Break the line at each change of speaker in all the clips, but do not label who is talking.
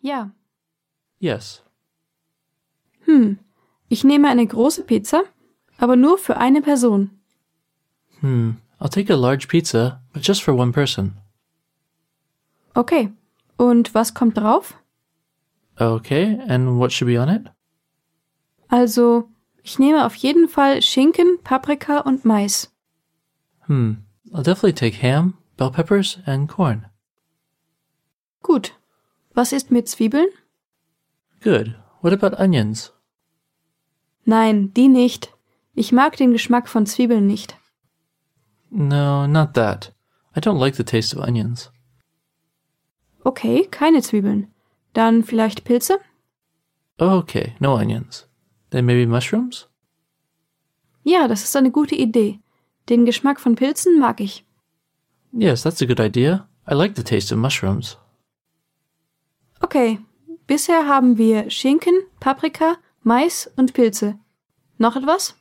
Ja.
Yes.
Hm. Ich nehme eine große Pizza, aber nur für eine Person.
Hmm. I'll take a large pizza, but just for one person.
Okay. Und was kommt drauf?
Okay, and what should be on it?
Also, ich nehme auf jeden Fall Schinken, Paprika und Mais.
Hmm. I'll definitely take ham, bell peppers, and corn.
Gut. Was ist mit Zwiebeln?
Good. What about onions?
Nein, die nicht. Ich mag den Geschmack von Zwiebeln nicht.
No, not that. I don't like the taste of onions.
Okay, keine Zwiebeln. Dann vielleicht Pilze?
Okay, no onions. Then maybe mushrooms?
Ja, das ist eine gute Idee. Den Geschmack von Pilzen mag ich.
Yes, that's a good idea. I like the taste of mushrooms.
Okay, bisher haben wir Schinken, Paprika, Mais und Pilze. Noch etwas?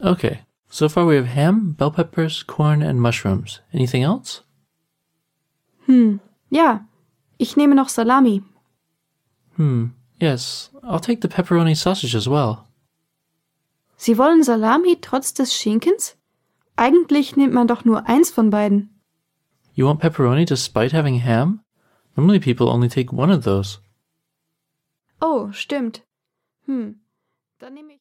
Okay, so far we have ham, bell peppers, corn, and mushrooms. Anything else?
Hm, ja. Ich nehme noch Salami.
Hmm, yes, I'll take the pepperoni sausage as well.
Sie wollen Salami trotz des Schinkens? Eigentlich nimmt man doch nur eins von beiden.
You want pepperoni despite having ham? Normally people only take one of those.
Oh, stimmt. Hm. Dann nehme ich.